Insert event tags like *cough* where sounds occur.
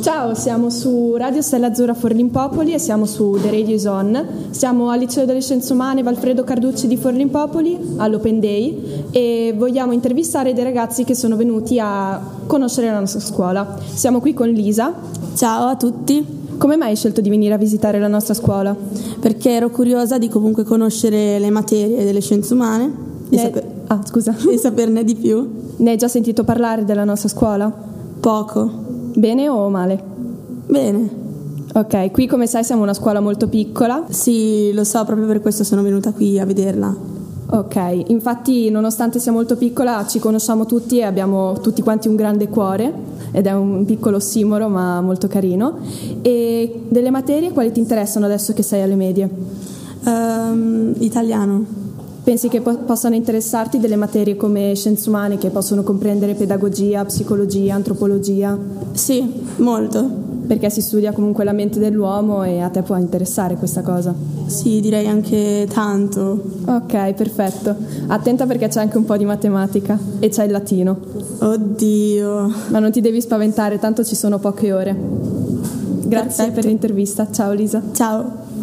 Ciao, siamo su Radio Stella Azzurra Forlimpopoli e siamo su The Radio is On. Siamo al Liceo delle Scienze Umane Valfredo Carducci di Forlimpopoli all'Open Day e vogliamo intervistare dei ragazzi che sono venuti a conoscere la nostra scuola. Siamo qui con Lisa. Ciao a tutti, Come mai hai scelto di venire a visitare la nostra scuola? perché ero curiosa di comunque conoscere le materie delle scienze umane e, Ne- sape- Ah, scusa. *laughs* e saperne di più. Ne hai già sentito parlare della nostra scuola? Poco. Bene o male? Bene. Ok, qui come sai siamo una scuola molto piccola, Sì, lo so, proprio per questo sono venuta qui a vederla. Ok, infatti nonostante sia molto piccola ci conosciamo tutti e abbiamo tutti quanti un grande cuore ed è un piccolo simoro ma molto carino. E delle materie quali ti interessano adesso che sei alle medie? Ehm, italiano. Pensi che po- possano interessarti delle materie come scienze umane che possono comprendere pedagogia, psicologia, antropologia? Sì, molto. Perché si studia comunque la mente dell'uomo e a te può interessare questa cosa. Sì, direi anche tanto. Ok, perfetto. Attenta perché c'è anche un po' di matematica e c'è il latino. Oddio. Ma non ti devi spaventare, tanto ci sono poche ore. Grazie Perfetto. per l'intervista. Ciao Lisa. Ciao.